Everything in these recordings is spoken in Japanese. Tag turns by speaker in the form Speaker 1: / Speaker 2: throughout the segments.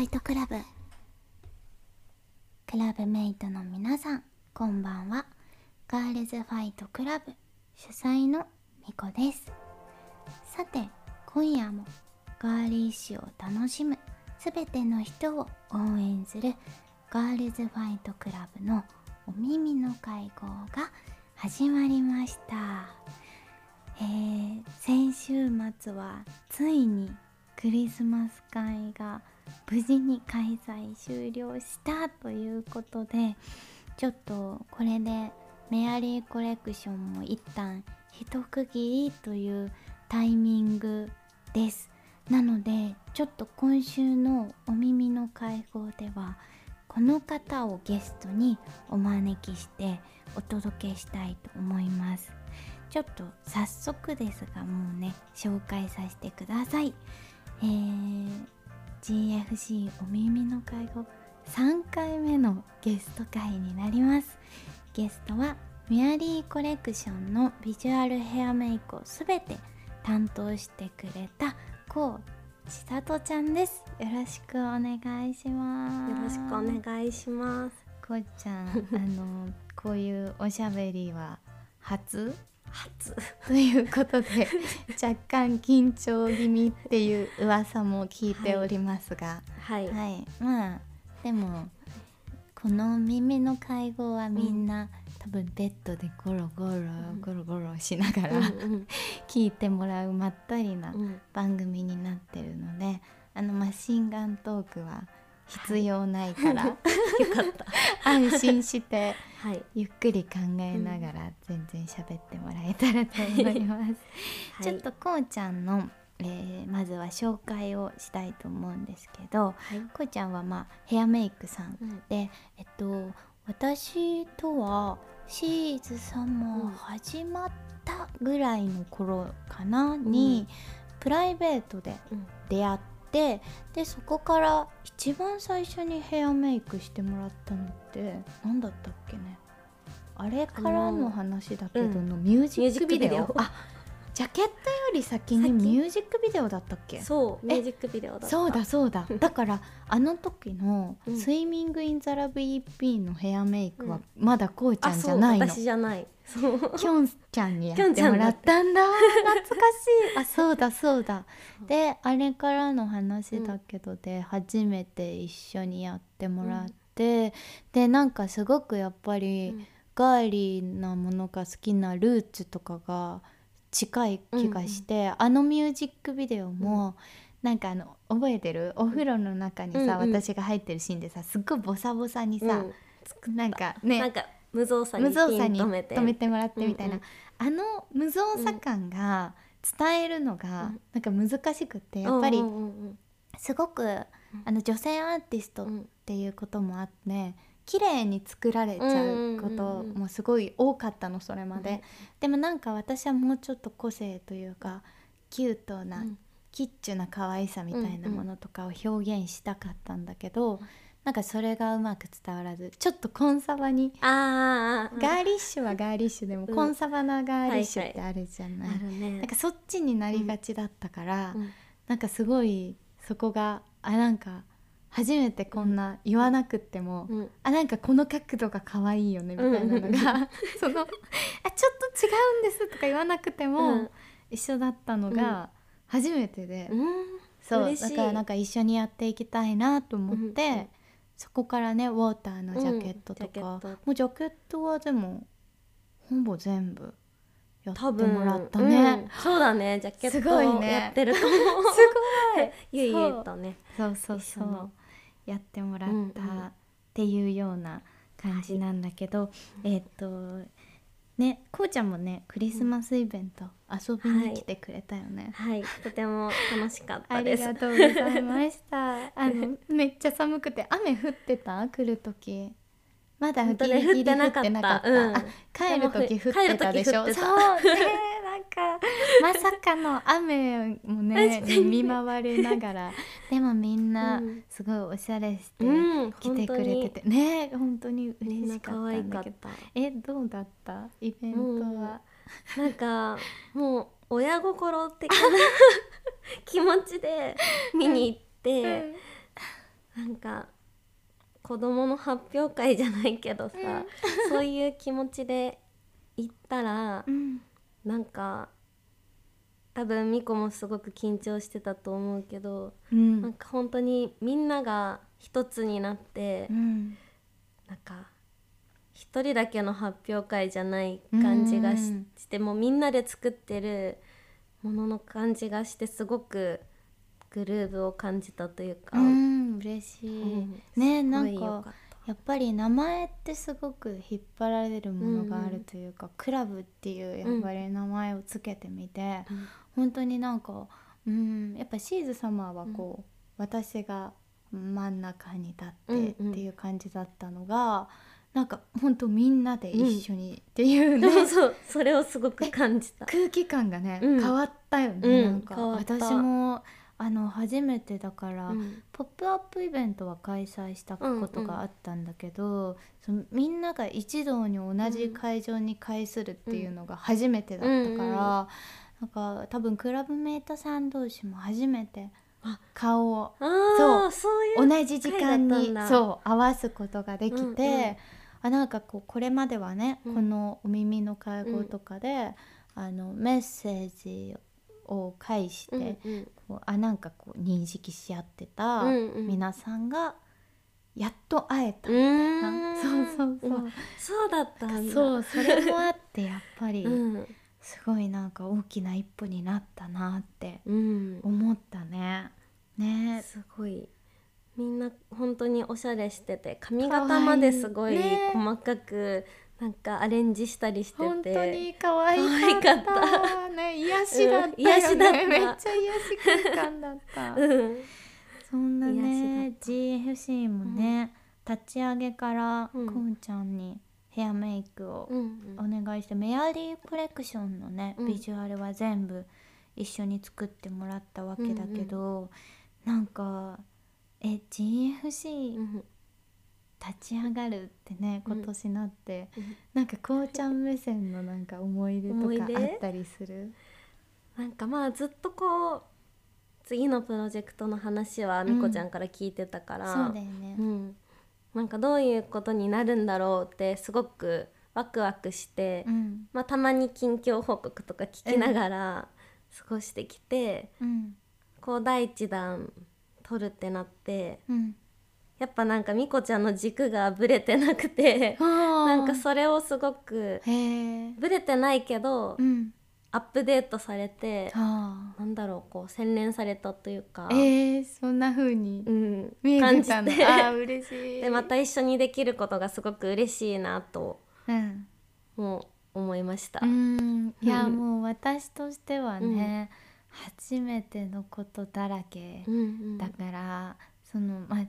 Speaker 1: イトクラブクラブメイトの皆さんこんばんはガールズファイトクラブ主催のみこですさて今夜もガーリーシュを楽しむすべての人を応援するガールズファイトクラブのお耳の会合が始まりました、えー先週末はついにクリスマス会が無事に開催終了したということでちょっとこれでメアリーコレクションも一旦一区切りというタイミングですなのでちょっと今週のお耳の会合ではこの方をゲストにお招きしてお届けしたいと思いますちょっと早速ですがもうね紹介させてくださいえー GFC お耳の会合3回目のゲスト会になりますゲストはメアリーコレクションのビジュアルヘアメイクをすべて担当してくれたこう千里ちゃんですよろしくお願いします
Speaker 2: よろしくお願いします。
Speaker 1: こうちゃ んあのこういうおしゃべりは初
Speaker 2: 初。
Speaker 1: ということ で若干緊張気味っていう噂も聞いておりますが、
Speaker 2: はい。
Speaker 1: はいまあでもこの耳の会合はみんな、多分ベッドでゴロゴロ
Speaker 2: ん
Speaker 1: ゴロゴロしながら、
Speaker 2: うん
Speaker 1: 聞いてもらうまったりな
Speaker 2: うんうん
Speaker 1: 番組になってるのであのマシンガントークは必要ないから、
Speaker 2: よかった。
Speaker 1: 安心して。
Speaker 2: はい。
Speaker 1: ゆっくり考えながら全然喋ってもらえたらと思います、ちょっとこうちゃんの、えーまずは紹介をしたいと思うんですけど
Speaker 2: はい。
Speaker 1: こうちゃんはまあヘアメイクさん
Speaker 2: うん
Speaker 1: でえっと私とはシーズ
Speaker 2: うん
Speaker 1: 様始まったぐらいの頃かなに、プライベートで
Speaker 2: うん
Speaker 1: 出会ってでそこから一番最初にヘアメイクしてもらったのって何だったっけねあれからの話だけどの、ミュージックビデオ
Speaker 2: ミュージックビデオ
Speaker 1: あジャケットより先に
Speaker 2: 先
Speaker 1: ミュージックビデオだったっけ
Speaker 2: そう。ミ
Speaker 1: え
Speaker 2: ュージックビデオだった。
Speaker 1: そうだ。そう だだからあの時の「
Speaker 2: うん
Speaker 1: スイミング・イン・ザ・ラブ・ EP」のヘアメイク
Speaker 2: う
Speaker 1: は
Speaker 2: ん
Speaker 1: まだこうちゃ
Speaker 2: あ、
Speaker 1: んじ
Speaker 2: そ
Speaker 1: ゃ
Speaker 2: う。
Speaker 1: ないの、
Speaker 2: 私じゃない。そう。
Speaker 1: きょんちゃんにやってもらったんだ懐かしいあそうだそうだ
Speaker 2: そう
Speaker 1: であれからの話だけどで、初めて一緒にやってもらって、でなんかすごくやっぱり、
Speaker 2: うん
Speaker 1: ガーリーなものが好きなルーツとかが近い気がして、あのミュージックビデオも、なんかあの覚えてるお風呂の中にさ、
Speaker 2: うんうん
Speaker 1: 私が入ってるシーンでさすっごいボサボサに
Speaker 2: う
Speaker 1: さ、
Speaker 2: ん
Speaker 1: なんかね
Speaker 2: なんか無造作に
Speaker 1: 無造作に
Speaker 2: ピン止めて。
Speaker 1: 止めてもらってみたいな、
Speaker 2: うん
Speaker 1: あの無造作感が伝えるの
Speaker 2: う
Speaker 1: が
Speaker 2: ん
Speaker 1: なんか難しくて、やっぱり
Speaker 2: うんうん
Speaker 1: すごくあの女性アーティスト
Speaker 2: う
Speaker 1: っ
Speaker 2: んうん
Speaker 1: ていうこともあって綺麗に作られちゃうこともすごい多かったのそれまで、
Speaker 2: うん
Speaker 1: でもなんか私はもうちょっと個性というかキュート
Speaker 2: う
Speaker 1: な、
Speaker 2: ん
Speaker 1: キッチュな可愛さみたいなものとかを表現したかったんだけど、なんかそれがうまく伝わらずちょっとコンサバに
Speaker 2: あーあー。
Speaker 1: ガーリッシュはガーリッシュでも、
Speaker 2: うん
Speaker 1: コンサバなガーリッシ
Speaker 2: は
Speaker 1: ュ
Speaker 2: い
Speaker 1: ってあるじゃない、
Speaker 2: あるね。
Speaker 1: なんかそっちになりがちだったから、
Speaker 2: うん
Speaker 1: なんかすごいそこがあなんか初めてこんな言わなくっても、
Speaker 2: うん
Speaker 1: あなんかこの角度が可愛いよねみたいなのが、
Speaker 2: うん
Speaker 1: そのあちょっと違うんですとか言わなくても、
Speaker 2: うん
Speaker 1: 一緒だったのが初めてで、
Speaker 2: うん
Speaker 1: そう
Speaker 2: 嬉し
Speaker 1: だ
Speaker 2: い
Speaker 1: からなんか一緒にやっていきたいなと思って、
Speaker 2: うん
Speaker 1: そこからねウォーターのジャケットとか
Speaker 2: うん、ジャケット
Speaker 1: もうジャケットはでもほぼ全部やって
Speaker 2: 多分
Speaker 1: もらったね、
Speaker 2: うんそうだね。ジャケッ
Speaker 1: すごい
Speaker 2: ト
Speaker 1: ね
Speaker 2: やってるかも。
Speaker 1: すごい
Speaker 2: ゆいゆいとね。
Speaker 1: そうそうそ
Speaker 2: 一緒
Speaker 1: う
Speaker 2: の
Speaker 1: やってもらっ
Speaker 2: うんう
Speaker 1: た
Speaker 2: ん
Speaker 1: っていうような感じなんだけど、えーっ、とねこうちゃんもねクリスマスイベント遊びに来てくれたよね、
Speaker 2: はい。とても楽しかっ
Speaker 1: あ
Speaker 2: た
Speaker 1: り
Speaker 2: です。
Speaker 1: がとうございましたあのめっちゃ寒くて雨降ってた来る時まだギ
Speaker 2: 本当
Speaker 1: リ
Speaker 2: ね
Speaker 1: ギリ降ってなかった、
Speaker 2: 降ってなかったうん
Speaker 1: あ帰る時降ってたでしょ
Speaker 2: 帰る時降ってた
Speaker 1: そうねなんか まさかの雨もね
Speaker 2: 確かに
Speaker 1: 見舞われながらでもみんな
Speaker 2: うん
Speaker 1: すごいおしゃれして
Speaker 2: うん、
Speaker 1: 来てくれてて、ね本当に
Speaker 2: 本当にみ
Speaker 1: 嬉
Speaker 2: ん
Speaker 1: しか
Speaker 2: な
Speaker 1: っ
Speaker 2: 可
Speaker 1: た
Speaker 2: 愛
Speaker 1: ん
Speaker 2: か
Speaker 1: だ
Speaker 2: っ
Speaker 1: けど
Speaker 2: た
Speaker 1: えどうだったイベントは、
Speaker 2: なんかもう親 心的な気持ちで見に行って、なんか子供の発表会じゃないけどさ、そういう気持ちで行ったら
Speaker 1: うん
Speaker 2: なんか多分ミコもすごく緊張してたと思うけど、
Speaker 1: う
Speaker 2: なん
Speaker 1: ん
Speaker 2: か本当にみんなが一つになって、
Speaker 1: うん
Speaker 2: なんか一人だけの発表会じゃない感じがし,、
Speaker 1: うん
Speaker 2: てもうみんなで作ってるものの感じがしてすごくグルーブを感じたというか、
Speaker 1: うん嬉しい
Speaker 2: ん
Speaker 1: ねなん
Speaker 2: すごい良
Speaker 1: か
Speaker 2: かっ
Speaker 1: やっぱり名前ってすごく引っ張られるものがあるというか、クラブっていうやっぱり名前をつけてみて、
Speaker 2: たうん
Speaker 1: 本当になんかうんやっぱシーズ様はこう、私が真ん中に立って
Speaker 2: うんうん
Speaker 1: っていう感じだったのが、なんか本当みんなで一緒にっていうね、
Speaker 2: そうそうそれをすごく感じ た。
Speaker 1: 空気感がね、
Speaker 2: うん
Speaker 1: 変わったよね、
Speaker 2: うん
Speaker 1: なんか
Speaker 2: 変わった
Speaker 1: 私もあの初めてだから、
Speaker 2: うん
Speaker 1: ポップアップイベントは開催したことがあったんだけど、そのみんなが一堂に同じ会場に会するっていうのが初めてだったから、
Speaker 2: うんうん
Speaker 1: なんか多分クラブメイトさん同士も初めて
Speaker 2: あ
Speaker 1: 顔を
Speaker 2: あ
Speaker 1: そ
Speaker 2: あそういう
Speaker 1: 同じ時間
Speaker 2: 会だった
Speaker 1: に
Speaker 2: んだ
Speaker 1: そう合わすことができて、
Speaker 2: うんうん
Speaker 1: あなんかこうこれまではね、
Speaker 2: うん
Speaker 1: このお耳の会合とかで、あのメッセージを介して、
Speaker 2: うんうん
Speaker 1: こうあなんかこう認識し合ってた
Speaker 2: うんうん
Speaker 1: 皆さんがやっと会えた、
Speaker 2: うーん
Speaker 1: そうそうそう
Speaker 2: わそうだったんだ
Speaker 1: そうそれもあってやっぱり
Speaker 2: うん
Speaker 1: すごいなんか大きな一歩になったなって
Speaker 2: うん
Speaker 1: 思ったね。ね
Speaker 2: すごいみんな本当におしゃれしてて髪型まですご
Speaker 1: かわ
Speaker 2: い
Speaker 1: いいね
Speaker 2: 細かくなんかアレンジしたりしてて
Speaker 1: 本当に可愛かった
Speaker 2: 可愛か
Speaker 1: ね癒しだったよね、
Speaker 2: うん癒しだった
Speaker 1: めっちゃ癒し空間だった
Speaker 2: うん
Speaker 1: そんな
Speaker 2: 癒し
Speaker 1: ね GFC もね、立ち上げからこ
Speaker 2: うん
Speaker 1: うちゃんにヘアメイクを
Speaker 2: うん
Speaker 1: お願いして、メアリーコレクションのね、
Speaker 2: うん
Speaker 1: ビジュアルは全部一緒に作ってもらったわけだけど、なんかえ GFC
Speaker 2: うんうん
Speaker 1: 立ち上がるってね
Speaker 2: うん
Speaker 1: 今年なって、
Speaker 2: うん
Speaker 1: なんかこうちゃん目線のなんか思い出と
Speaker 2: 思い
Speaker 1: か
Speaker 2: 出
Speaker 1: あったりする
Speaker 2: なんかまあずっとこう次のプロジェクトの話はみこちゃんから聞いてたか
Speaker 1: そう
Speaker 2: ら、
Speaker 1: だよね
Speaker 2: うん、なんかどういうことになるんだろうってすごくワクワクして、
Speaker 1: うん
Speaker 2: まあ、たまに近況報告とか聞きながら過ごしてきて、
Speaker 1: うん
Speaker 2: こう第一弾取るってなって
Speaker 1: うん
Speaker 2: やっぱなんかみこちゃんの軸がぶれてなくてな
Speaker 1: なん
Speaker 2: かそれをすごく
Speaker 1: へえ
Speaker 2: ぶれてないけど、
Speaker 1: うん
Speaker 2: アップデートされて
Speaker 1: あ
Speaker 2: なんだろうこう洗練されたという
Speaker 1: ー
Speaker 2: か、
Speaker 1: えー、そんな風に
Speaker 2: うん、
Speaker 1: 見え
Speaker 2: 感
Speaker 1: て
Speaker 2: じ
Speaker 1: たの
Speaker 2: て
Speaker 1: あー嬉しい
Speaker 2: でまた一緒にできることがすごく嬉しいなと
Speaker 1: うん
Speaker 2: もう思いました。
Speaker 1: うーんいや
Speaker 2: うん
Speaker 1: もう私としてはね、初めてのことだらけ
Speaker 2: うんうん
Speaker 1: だから、そのまあ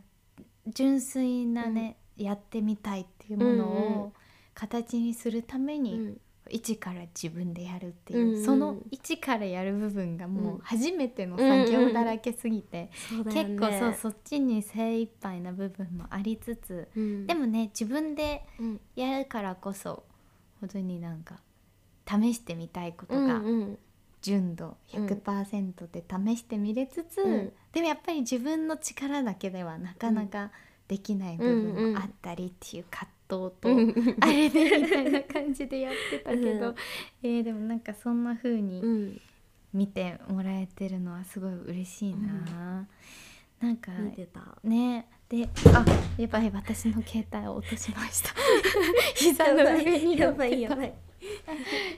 Speaker 1: 純粋なね、やってみたいっていうもの
Speaker 2: うんう
Speaker 1: を形にするために、
Speaker 2: うん
Speaker 1: 一から自分でやるっていう、
Speaker 2: うんうん
Speaker 1: その一からやる部分がもううん初めての作業だらけすぎて、
Speaker 2: そうだよね
Speaker 1: 結構そうそっちに精一杯な部分もありつつ、
Speaker 2: うん
Speaker 1: でもね自分で
Speaker 2: うん
Speaker 1: やるからこそ本当になんか試してみたいこと
Speaker 2: うん
Speaker 1: が
Speaker 2: うん
Speaker 1: 純度100%で試してみれつつ、
Speaker 2: うん
Speaker 1: でもやっぱり自分の力だけではなかなかできない部分もあったりっていう葛藤と、
Speaker 2: うん
Speaker 1: あれでみたいな感じでやってたけど、
Speaker 2: うん
Speaker 1: えーでもなんかそんな風に
Speaker 2: うん
Speaker 1: 見てもらえてるのはすごい嬉しいな、なんか
Speaker 2: 見てた
Speaker 1: ねであやばい私の携帯を落としま した 膝の上に
Speaker 2: やばいやばい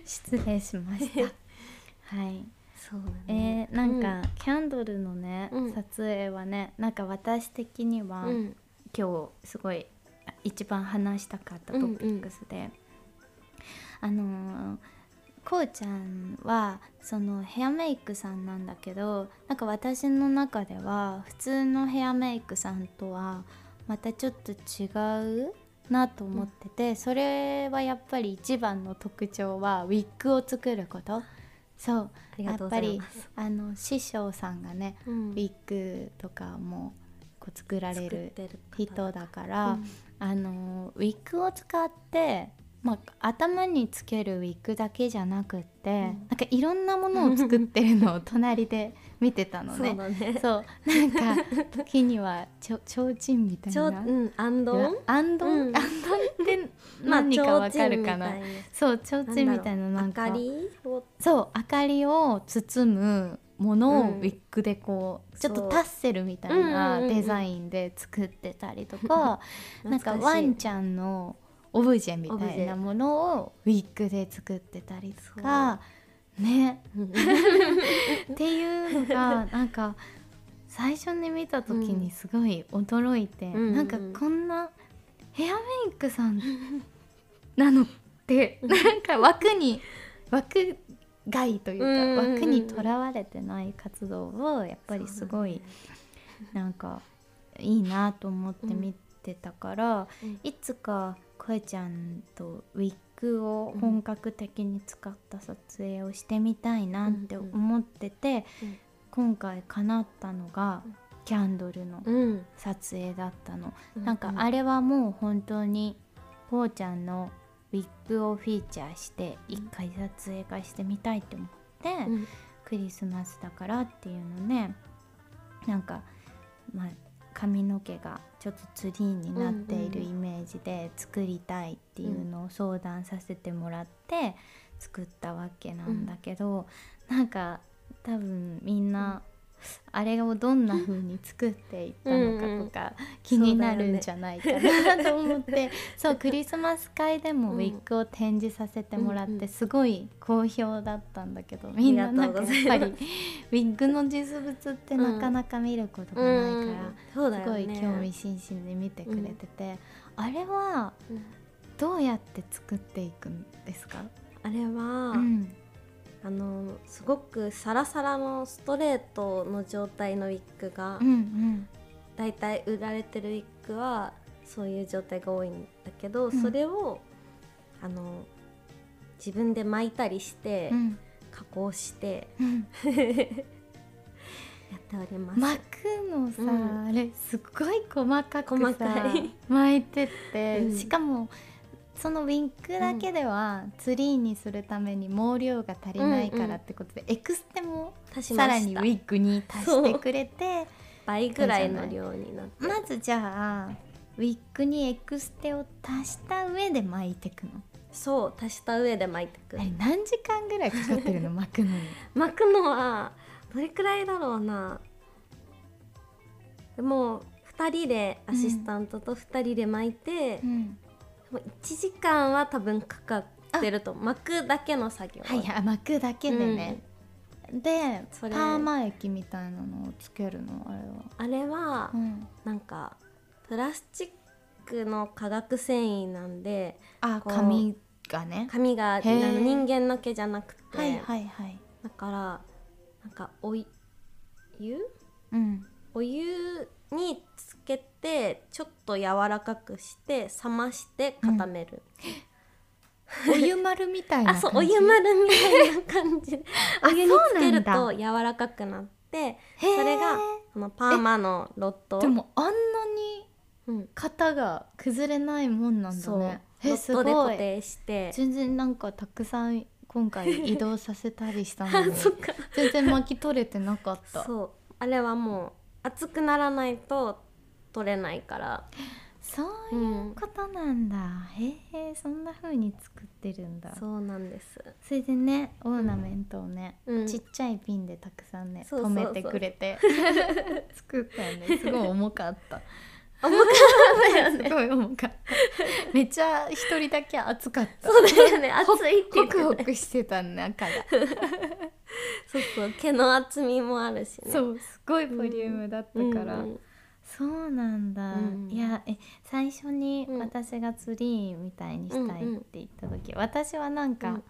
Speaker 1: 失礼しました はい
Speaker 2: そうだね
Speaker 1: えーなんか、キャンドルのね、
Speaker 2: うん
Speaker 1: 撮影はねなんか私的には、
Speaker 2: うん
Speaker 1: 今日すごい一番話したかったトピックスで、あのーこうちゃんはそのヘアメイクさんなんだけどなんか私の中では普通のヘアメイクさんとはまたちょっと違うなと思ってて、それはやっぱり一番の特徴はウィッグを作ることそう
Speaker 2: ありがとうございます
Speaker 1: やっぱりあの師匠さんがね、
Speaker 2: うん
Speaker 1: ウィッグとかもこう作られる
Speaker 2: 作ってる方
Speaker 1: 人だから、
Speaker 2: うん
Speaker 1: あのウィッグを使ってまあ、頭につけるウィッグだけじゃなくって、
Speaker 2: ん
Speaker 1: なんかいろんなものを作ってるのを隣で見てたの
Speaker 2: そう
Speaker 1: ね。
Speaker 2: だね
Speaker 1: そうなんか時にはちょ提灯みたい
Speaker 2: ちょう
Speaker 1: な。
Speaker 2: うんアンド
Speaker 1: いや
Speaker 2: ン
Speaker 1: あんど、
Speaker 2: うんん
Speaker 1: あんどん って何かわかるかな。そう提灯
Speaker 2: ち
Speaker 1: みたいななんか
Speaker 2: 明かりを
Speaker 1: そう明かりを包むものを
Speaker 2: うん
Speaker 1: ウィッグでこう、ちょっと
Speaker 2: そう
Speaker 1: タッセルみたいなデザインで作ってたりと か、なんか
Speaker 2: 懐
Speaker 1: ワ
Speaker 2: しい
Speaker 1: ンちゃんのオブジェみたいなものをウィッグで作ってたりとかね
Speaker 2: うん
Speaker 1: っていうのがなんか最初に見た時にすごい驚いて、
Speaker 2: うん
Speaker 1: なんか
Speaker 2: うんうん
Speaker 1: こんなヘアメイクさんなのってなんか枠に枠外というか、
Speaker 2: うんうんうん
Speaker 1: 枠にとらわれてない活動をやっぱりすごい、なんかいいなと思って見てたから、
Speaker 2: うん
Speaker 1: いつか声ちゃんとウィッグを本格的に使った撮影をしてみたいなって思ってて、
Speaker 2: うん
Speaker 1: 今回叶ったのが
Speaker 2: うん
Speaker 1: キャンドルの
Speaker 2: うん
Speaker 1: 撮影だったの、
Speaker 2: うん
Speaker 1: なんかあれはもう本当にこうちゃんのウィッグをフィーチャーして一回撮影がしてみたいって思って。
Speaker 2: うん
Speaker 1: クリスマスだからっていうのねなんか、まあ、髪の毛がちょっとツリーになっている
Speaker 2: うんうん
Speaker 1: イメージで作りたいっていうのを相談させてもらって作ったわけなんだけど、なんか多分みんな、あれをどんな風に作っていったのかとか気になるんじゃないかなと思ってそうクリスマス会でもウィッグを展示させてもらっ
Speaker 2: うんう
Speaker 1: て
Speaker 2: ん
Speaker 1: すごい好評だったんだけどみんななんかやっぱり
Speaker 2: ありがとうござい
Speaker 1: ウィッグの実物ってなかなか見ることがないから、
Speaker 2: そうだ
Speaker 1: すご
Speaker 2: よね
Speaker 1: い興味津々で見てくれてて、あれは
Speaker 2: うん
Speaker 1: どうやって作っていくんですか、
Speaker 2: あれは
Speaker 1: うん
Speaker 2: あのすごくサラサラのストレートの状態のウィッグが
Speaker 1: うんうん
Speaker 2: だいたい売られてるウィッグはそういう状態が多いんだけど
Speaker 1: うん
Speaker 2: それをあの自分で巻いたりして
Speaker 1: うん
Speaker 2: 加工して
Speaker 1: うん
Speaker 2: やっております。
Speaker 1: 巻くのさ、
Speaker 2: うん
Speaker 1: あれすっごい細かく
Speaker 2: 細
Speaker 1: さ
Speaker 2: かい
Speaker 1: 巻いてって、
Speaker 2: うん
Speaker 1: しかもそのウィンクだけではツリーにするために毛量が足りないからってことで、エクステも
Speaker 2: 足しま
Speaker 1: さ
Speaker 2: した
Speaker 1: らにウィッグに足してくれて
Speaker 2: 倍ぐらいの量になって
Speaker 1: まずじゃあウィッグにエクステを足した上で巻いてくの、
Speaker 2: そう足した上で巻いてく
Speaker 1: あれ何時間ぐらいかかって るの巻くのに
Speaker 2: 巻くのはどれくらいだろうなもう2人でアシスタントと2人で巻いて、
Speaker 1: ん、
Speaker 2: もう1時間は多分かかってると巻くだけの作業
Speaker 1: はいはい巻くだけでね、でパ
Speaker 2: それ
Speaker 1: ーマ液みたいなのをつけるのあれは、
Speaker 2: あれは
Speaker 1: うん、
Speaker 2: なんかプラスチックの化学繊維なんで
Speaker 1: あ
Speaker 2: こう
Speaker 1: 髪がね
Speaker 2: 髪があ
Speaker 1: へー
Speaker 2: の人間の毛じゃなくて、
Speaker 1: はいはいはい
Speaker 2: だからなんかおい湯
Speaker 1: うん
Speaker 2: お湯につけてちょっと柔らかくして冷まして固める、
Speaker 1: お湯丸みたいな
Speaker 2: あ
Speaker 1: 感じ
Speaker 2: そうお湯丸みたいな感じで
Speaker 1: あ
Speaker 2: お湯につける
Speaker 1: そうな
Speaker 2: と
Speaker 1: んだ
Speaker 2: 柔らかくなって
Speaker 1: へー
Speaker 2: それがあのパーマのロット
Speaker 1: でもあんなに
Speaker 2: うん、
Speaker 1: 型が崩れないもんなんだ
Speaker 2: そう
Speaker 1: ね
Speaker 2: ロ
Speaker 1: え
Speaker 2: ッ
Speaker 1: す
Speaker 2: トで
Speaker 1: ご
Speaker 2: 固
Speaker 1: い
Speaker 2: 定して
Speaker 1: 全然なんかたくさん今回移動させたりしたの
Speaker 2: あ
Speaker 1: に
Speaker 2: そっか
Speaker 1: 全然巻き取れてなかったそう
Speaker 2: そうあれはもう熱くならないと取れないから、う、
Speaker 1: いうんことなんだ、へえそんな風に作ってるんだそ
Speaker 2: そうなんです
Speaker 1: れでねオーナメントをね、
Speaker 2: うん
Speaker 1: ちっちゃいピンでたくさんね
Speaker 2: そう
Speaker 1: 留
Speaker 2: そうそう
Speaker 1: めてくれ て作ったよねすごい重かった
Speaker 2: 重かったよ
Speaker 1: す
Speaker 2: ね
Speaker 1: ごい重かっためっちゃ一人だけ熱かった
Speaker 2: そうだよね熱いってい
Speaker 1: ホ
Speaker 2: うか
Speaker 1: ク
Speaker 2: ね
Speaker 1: ホクしてた中が
Speaker 2: そうそう毛の厚みもあるしね
Speaker 1: そうすごいボリュームだったから、
Speaker 2: うん
Speaker 1: そうなんだ、
Speaker 2: うん
Speaker 1: いやえ最初に
Speaker 2: うん
Speaker 1: 私がツリーみたいにしたいって言った時、私はなん
Speaker 2: う
Speaker 1: か
Speaker 2: ん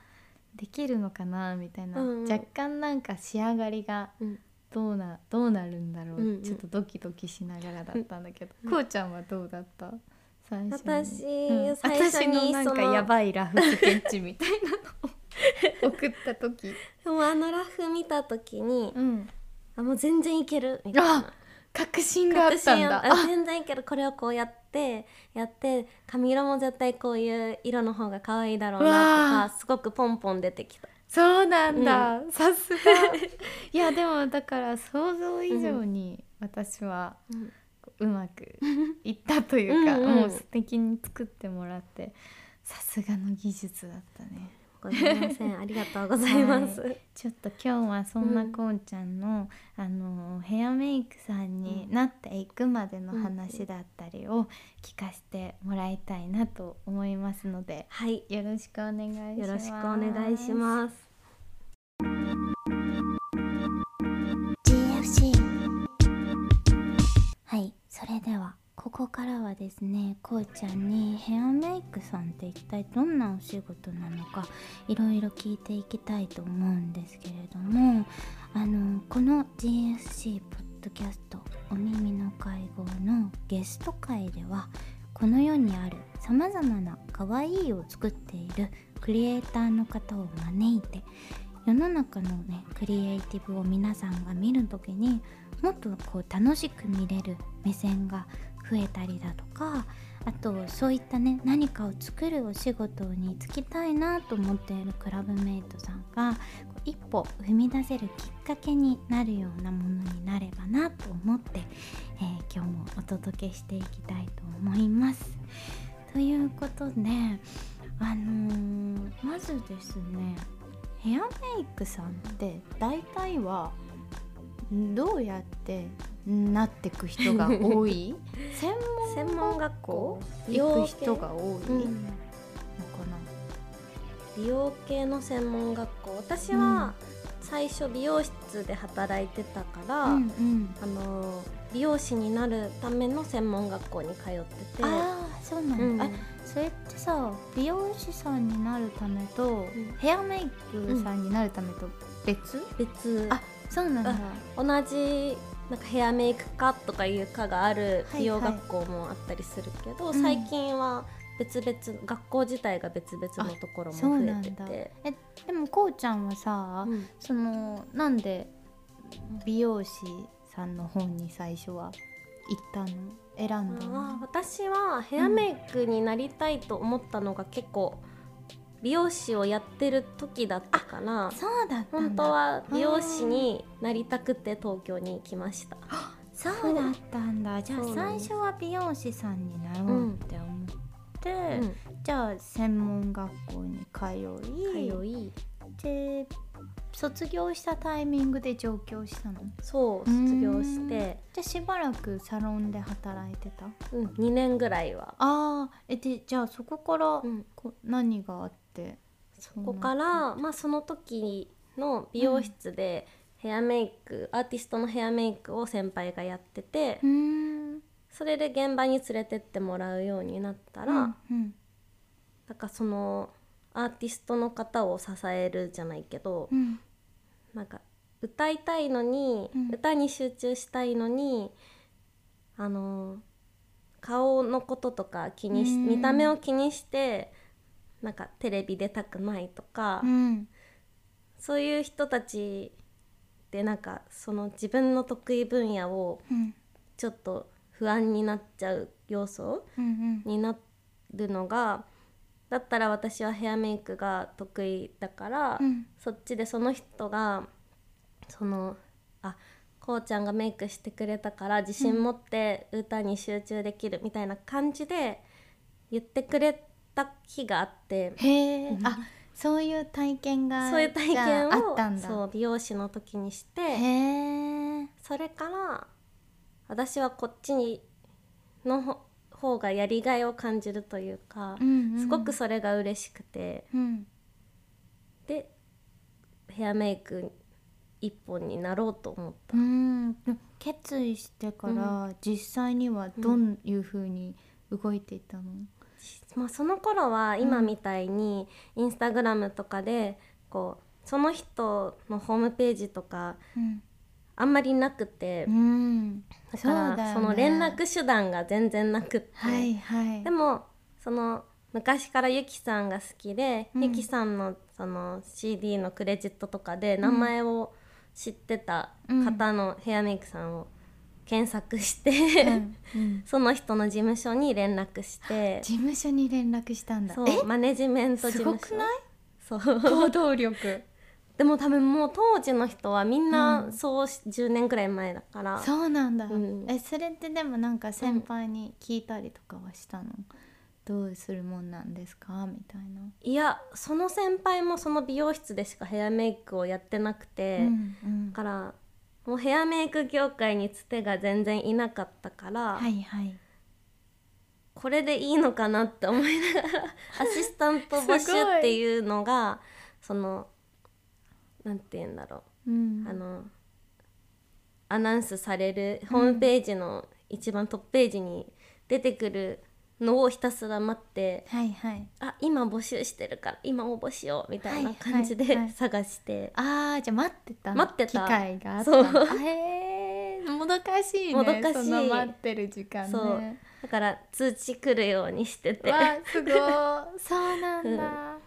Speaker 1: できるのかなみたいな、
Speaker 2: うんうん
Speaker 1: 若干なんか仕上がりが
Speaker 2: うん
Speaker 1: どうなどうなるんだろう、
Speaker 2: うんうん
Speaker 1: ちょっとドキドキしながらだったんだけど、
Speaker 2: うん
Speaker 1: こうちゃんはどうだった最初に
Speaker 2: 私
Speaker 1: うん
Speaker 2: 最初に
Speaker 1: 私のなん
Speaker 2: そ
Speaker 1: か
Speaker 2: の
Speaker 1: やばいラフスケッチみたいなのを 送った時、
Speaker 2: でもあのラフ見た時に、
Speaker 1: うん、
Speaker 2: あもう全然いけるみたい
Speaker 1: あ
Speaker 2: な
Speaker 1: 確信があっ
Speaker 2: 確
Speaker 1: たん
Speaker 2: 信あ
Speaker 1: だ
Speaker 2: 全然いいけどこれをこうやってやって髪色も絶対こういう色の方が可愛いだろう
Speaker 1: わ
Speaker 2: な
Speaker 1: あ
Speaker 2: とかすごくポンポン出てきた
Speaker 1: そうなんだ、さすがいやでもだから想像以上に私は
Speaker 2: うん
Speaker 1: うまくいったというか
Speaker 2: うんうん
Speaker 1: もう素敵に作ってもらってさすがの技術だったね
Speaker 2: ごめんなさいありがとうござい ます、
Speaker 1: はちょっと今日はそんな
Speaker 2: うん
Speaker 1: こうちゃんの、あのヘアメイクさんになっていくまでの話だったりを聞かせてもらいたいなと思いますので
Speaker 2: はい
Speaker 1: よろしくお願いします
Speaker 2: よろしくお願いします
Speaker 1: GFC はいそれではここからはですねこうちゃんにヘアメイクさんって一体どんなお仕事なのかいろいろ聞いていきたいと思うんですけれどもあのこの GFC ポッドキャスト「お耳の会合」のゲスト会ではこの世にあるさまざまな可愛いを作っているクリエイターの方を招いて世の中のねクリエイティブを皆さんが見る時にもっとこう楽しく見れる目線が増えたりだとかあとそういったね何かを作るお仕事に就きたいなと思っているクラブメイトさんがこう一歩踏み出せるきっかけになるようなものになればなと思って、えー今日もお届けしていきたいと思います。ということであのーまずですねヘアメイクさんって大体はどうやってなってく人が多い専
Speaker 2: 専門学校美
Speaker 1: 行
Speaker 2: 容
Speaker 1: く人が多いのか
Speaker 2: 系うん
Speaker 1: な、
Speaker 2: 美容系の専門学校私は最初美容室で働いてたから、
Speaker 1: うんうん
Speaker 2: あの美容師になるための専門学校に通ってて
Speaker 1: ああそうなんだ、
Speaker 2: うん
Speaker 1: あそれってさ美容師さんになるためと、
Speaker 2: ん
Speaker 1: ヘアメイクさんになるためと別、
Speaker 2: 別
Speaker 1: あそうなんだ
Speaker 2: 同じなんかヘアメイク科とかいう科がある
Speaker 1: はい
Speaker 2: 美容学校もあったりするけ
Speaker 1: う
Speaker 2: ど、
Speaker 1: ん
Speaker 2: 最近は別々、学校自体が別々のとこ
Speaker 1: あ
Speaker 2: ろも増えて
Speaker 1: そうなんだ
Speaker 2: て
Speaker 1: えでもこうちゃんはさ、
Speaker 2: うん
Speaker 1: そのなんで美容師さんの方に最初は行ったの選んだ
Speaker 2: あー
Speaker 1: の
Speaker 2: 私はヘアメイクになりたいと思ったのが結構美容師をやってる時だったから
Speaker 1: そうだったんだ
Speaker 2: 本当は美容師になりたくて東京に来ました。
Speaker 1: そうだったんだじゃあ
Speaker 2: そうなん
Speaker 1: 最
Speaker 2: です
Speaker 1: 初は美容師さんになろうって思って、
Speaker 2: うん
Speaker 1: じゃあ専門学校に通い
Speaker 2: 通い
Speaker 1: で卒業したタイミングで上京したの
Speaker 2: そう卒業して、
Speaker 1: じゃあしばらくサロンで働いてた
Speaker 2: うん、2年ぐらいは
Speaker 1: あーえでじゃあそこから
Speaker 2: うん
Speaker 1: こ何があってそ
Speaker 2: ここから、まあ、その時の美容室でヘアメイク、アーティストのヘアメイクを先輩がやってて、
Speaker 1: うなうん
Speaker 2: それで現場に連れてってもらうようになったら、
Speaker 1: うん
Speaker 2: なんかそのアーティストの方を支えるじゃないけど、
Speaker 1: うん
Speaker 2: なんか歌いたいのに、
Speaker 1: うん
Speaker 2: 歌に集中したいのにあの顔のこととか気にし
Speaker 1: うん
Speaker 2: 見た目を気にしてなんかテレビ出たくないとか、
Speaker 1: うん
Speaker 2: そういう人たちでなんかその自分の得意分野を
Speaker 1: うん
Speaker 2: ちょっと不安になっちゃう要素
Speaker 1: うん
Speaker 2: になるのがだったら私はヘアメイクが得意だから、
Speaker 1: うん
Speaker 2: そっちでその人がそのあこうちゃんがメイクしてくれたから自信持って歌に集中できるみたいな感じで言ってくれた日があって。
Speaker 1: へえ、
Speaker 2: うん
Speaker 1: あそういう体験が
Speaker 2: そういう体
Speaker 1: じゃあ
Speaker 2: 験
Speaker 1: あっ
Speaker 2: を
Speaker 1: たんだ
Speaker 2: そう美容師の時にし
Speaker 1: へ
Speaker 2: て
Speaker 1: え
Speaker 2: それから私はこっちにのほ方がやりがいを感じるというか、すごくそれが嬉しくて
Speaker 1: うん
Speaker 2: でヘアメイク一本になろうと思った
Speaker 1: う。ん決意してから実際にはどういうふうに動いていたの、
Speaker 2: まあ、その頃は今みたいにインスタグラムとかでこうその人のホームページとか
Speaker 1: うん
Speaker 2: あんまりなくて、
Speaker 1: うん、
Speaker 2: だからそ,、の連絡手段が全然なくって、
Speaker 1: はいはい
Speaker 2: でもその昔からゆきさんが好きで、
Speaker 1: うん
Speaker 2: ゆきさんのその CD のクレジットとかで名前を知ってた方のヘアメイクさんを検索して、
Speaker 1: うん
Speaker 2: その人の事務所に連絡して
Speaker 1: 事務所に連絡したんだ
Speaker 2: そうマネジメン
Speaker 1: え
Speaker 2: ト
Speaker 1: す
Speaker 2: 事務
Speaker 1: ご
Speaker 2: 所
Speaker 1: くない
Speaker 2: そう
Speaker 1: 行動力
Speaker 2: でも多分もう当時の人はみん
Speaker 1: う
Speaker 2: なんそうし、10年くらい前だから
Speaker 1: そうなんだ、
Speaker 2: うん
Speaker 1: えそれってでもなんか先輩に聞いたりとかはしたの、どうするもんなんですかみたいな、
Speaker 2: いやその先輩もその美容室でしかヘアメイクをやってなくて、
Speaker 1: うんうん
Speaker 2: だからもうヘアメイク業界につてが全然いなかったから、
Speaker 1: はいはい
Speaker 2: これでいいのかなって思いなが らアシスタント募集っていうのがそのなんて言うんだろ
Speaker 1: うん
Speaker 2: うあのアナウンスされるホームページの一番トップページに出てくるのをひたすら待って、
Speaker 1: はいはい
Speaker 2: あ今募集してるから今応募しようみたいな感じ
Speaker 1: はいはいは
Speaker 2: で
Speaker 1: い
Speaker 2: 探して、
Speaker 1: あーじゃあ待ってた
Speaker 2: 待ってた
Speaker 1: 機会があったんだ
Speaker 2: そ
Speaker 1: へえー、もどかしいね
Speaker 2: もどかしい
Speaker 1: その待ってる時間
Speaker 2: そう
Speaker 1: ね
Speaker 2: だから通知来るようにしてて
Speaker 1: わあすごいそうなんだ、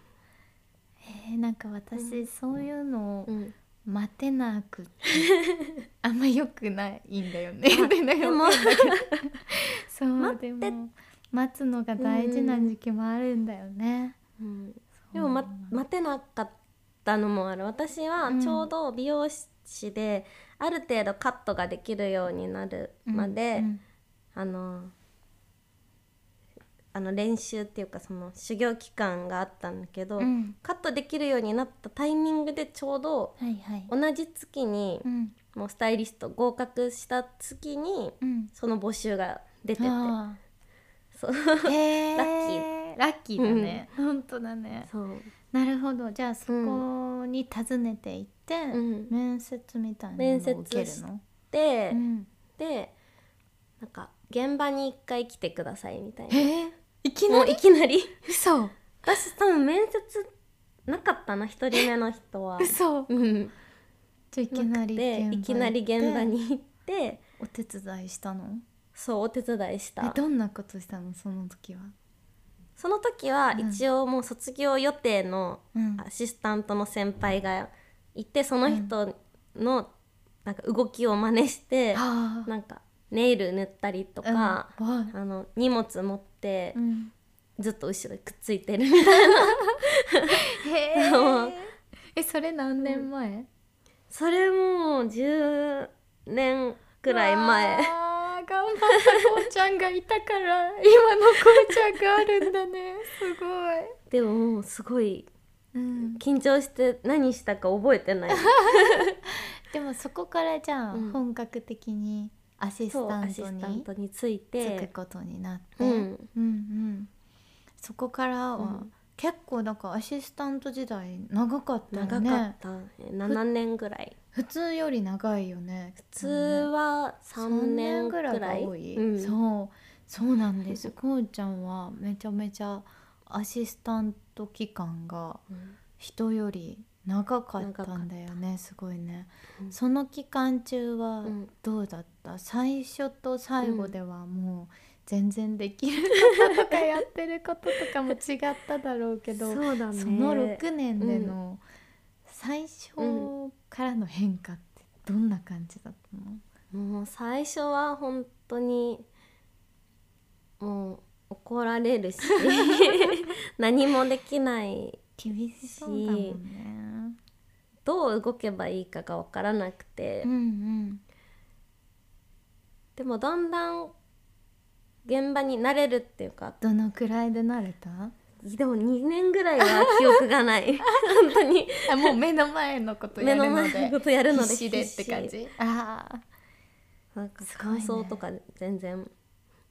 Speaker 1: えー、なんか私、そういうのを
Speaker 2: うん
Speaker 1: 待てなくってあんま良くないんだよ ねでなんか
Speaker 2: でも
Speaker 1: そう
Speaker 2: 待
Speaker 1: で
Speaker 2: て
Speaker 1: も待つのが大事な時期もあるんだよね、
Speaker 2: うん
Speaker 1: そう
Speaker 2: でも、ま、待てなかったのもある私は
Speaker 1: うん
Speaker 2: ちょうど美容師である程度カットができるようになるまで、
Speaker 1: うん
Speaker 2: あのあの練習っていうかその修行期間があったんだけど、
Speaker 1: うん
Speaker 2: カットできるようになったタイミングでちょうど
Speaker 1: はいはい
Speaker 2: 同じ月に
Speaker 1: うん
Speaker 2: もうスタイリスト合格した月に
Speaker 1: うん
Speaker 2: その募集が出てて
Speaker 1: あ
Speaker 2: そう
Speaker 1: ーへー
Speaker 2: ラ
Speaker 1: ラッキーだね、本当だね
Speaker 2: そう、
Speaker 1: なるほどじゃあそこに訪ねて行って、
Speaker 2: ん
Speaker 1: 面接みたいな
Speaker 2: 面接
Speaker 1: のを受けるの、
Speaker 2: で、
Speaker 1: うん、
Speaker 2: でなんか現場に一回来てくださいみたい
Speaker 1: え
Speaker 2: な
Speaker 1: ー、いき
Speaker 2: も
Speaker 1: な
Speaker 2: う
Speaker 1: り
Speaker 2: いきなり
Speaker 1: 嘘
Speaker 2: 私多分面接なかったな一人目の人 は
Speaker 1: 嘘
Speaker 2: うん
Speaker 1: じゃあいきなり
Speaker 2: でいきなり現場に行って
Speaker 1: お手伝いしたの
Speaker 2: そうお手伝いし
Speaker 1: え
Speaker 2: た
Speaker 1: どんなことしたのその時は、
Speaker 2: その時は
Speaker 1: うん
Speaker 2: 一応もう卒業予定の
Speaker 1: うん
Speaker 2: アシスタントの先輩がいてその人のなんか動きを真似して
Speaker 1: あ
Speaker 2: なんかネイル塗ったりとか、
Speaker 1: うんわあ
Speaker 2: あの荷物持って
Speaker 1: うん
Speaker 2: ずっと後ろにくっついてるみたいな
Speaker 1: へーえそれ何年前
Speaker 2: それもう10年くらい前
Speaker 1: あー頑張ったこうちゃんがいたから今のこうちゃんがあるんだねすごい、
Speaker 2: でももうすごい
Speaker 1: うん、
Speaker 2: 緊張して何したか覚えて ない
Speaker 1: でもそこからじゃあ、
Speaker 2: うん
Speaker 1: 本格的にアシス
Speaker 2: そう
Speaker 1: タ
Speaker 2: ア
Speaker 1: ン
Speaker 2: シ
Speaker 1: ト
Speaker 2: ス
Speaker 1: に
Speaker 2: タントについ
Speaker 1: つく
Speaker 2: て
Speaker 1: ことになって、
Speaker 2: うん
Speaker 1: うんうんそこからは、
Speaker 2: うん
Speaker 1: 結構なんかアシスタント時代長かったよね
Speaker 2: 長かった、7年ぐらい
Speaker 1: 普通より長いよね
Speaker 2: 普通は3年
Speaker 1: 3
Speaker 2: ぐらい
Speaker 1: が多い、
Speaker 2: うん、
Speaker 1: そうそうなんですこうちゃんはめちゃめちゃアシスタント期間が
Speaker 2: うん
Speaker 1: 人より長かったんだよねすごいね、
Speaker 2: うん
Speaker 1: その期間中は
Speaker 2: うん
Speaker 1: どうだった、最初と最後ではもう全然できることとかやってることとかも違っただろうけど
Speaker 2: そうだね
Speaker 1: その6年での最初からの変化ってどんな感じだったの、
Speaker 2: もう最初は本当にもう怒られ るし何もできない
Speaker 1: 厳しそうだもんね。
Speaker 2: どう動けばいいかが分からなくて、
Speaker 1: うん
Speaker 2: でもだんだん現場に慣れるっていうか
Speaker 1: どのくらいで慣れた？
Speaker 2: でも2年ぐらいは記憶がない 本当に
Speaker 1: あもう目の前のこと
Speaker 2: 目の前のことやるので
Speaker 1: 必死でって感
Speaker 2: 必
Speaker 1: じ。ああ、
Speaker 2: 死なんか
Speaker 1: すごいね
Speaker 2: 感想とか全然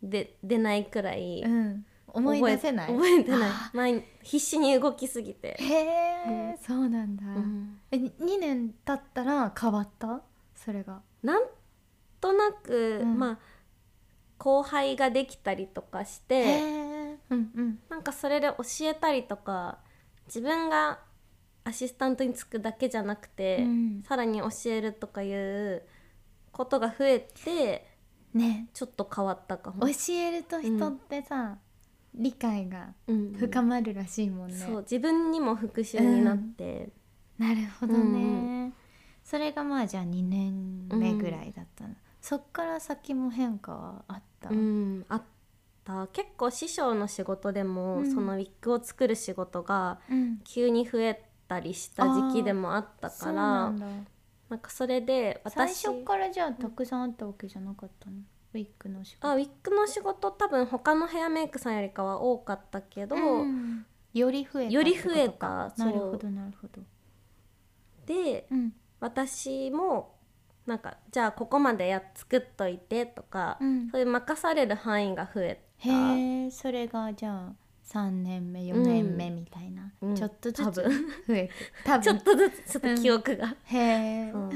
Speaker 2: で出ないくらい
Speaker 1: うん。思
Speaker 2: 覚え
Speaker 1: い出せない。
Speaker 2: 覚えてない
Speaker 1: あ
Speaker 2: 前必死に動きすぎて
Speaker 1: ー。へえ、そうなんだ。
Speaker 2: うん
Speaker 1: えに二年経ったら変わった？それが。
Speaker 2: なんとなく、
Speaker 1: うん
Speaker 2: まあ後輩ができたりとかし
Speaker 1: へ
Speaker 2: て
Speaker 1: え。うんうん。
Speaker 2: なんかそれで教えたりとか自分がアシスタントにつくだけじゃなくて、
Speaker 1: うん
Speaker 2: さらに教えるとかいうことが増えて
Speaker 1: ね、
Speaker 2: ちょっと変わったかも
Speaker 1: 教、えると人ってさ、理解が
Speaker 2: うん
Speaker 1: 深まるらしいもんね。
Speaker 2: そう自分にも復習になって、
Speaker 1: なるほどね、
Speaker 2: うん
Speaker 1: それがまあじゃあ2年目ぐらいだったの、そっから先も変化はあった、
Speaker 2: うん、あった結構師匠の仕事でも、
Speaker 3: うん
Speaker 2: そのウィッグを作る仕事が
Speaker 3: うん
Speaker 2: 急に増えたりした時期でもあったか
Speaker 1: そう
Speaker 2: ら
Speaker 1: な
Speaker 2: なんん
Speaker 1: だ
Speaker 2: かそれで
Speaker 1: 最
Speaker 2: 私
Speaker 1: 初からじゃあたくさんあったわけじゃなかったの、ウィッグの仕事
Speaker 2: あウィッグの仕事多分他のヘアメイクさんよりかは多かったけど、
Speaker 3: うん
Speaker 1: より増えた
Speaker 2: より
Speaker 1: ってこと
Speaker 2: 増え
Speaker 1: か
Speaker 2: たそう
Speaker 1: なるほどなるほど
Speaker 2: で
Speaker 3: うん
Speaker 2: 私もなんかじゃあここまでやっ作っといてとか、
Speaker 3: うん
Speaker 2: そういう任される範囲が増えた。
Speaker 1: へえそれがじゃあ3年目4年目みたいな、
Speaker 2: うん
Speaker 1: ちょっとず
Speaker 2: 多
Speaker 1: つ増
Speaker 2: 分
Speaker 1: えて多分
Speaker 2: ちょっとずつちょっと記憶が、
Speaker 1: へえ、
Speaker 2: そう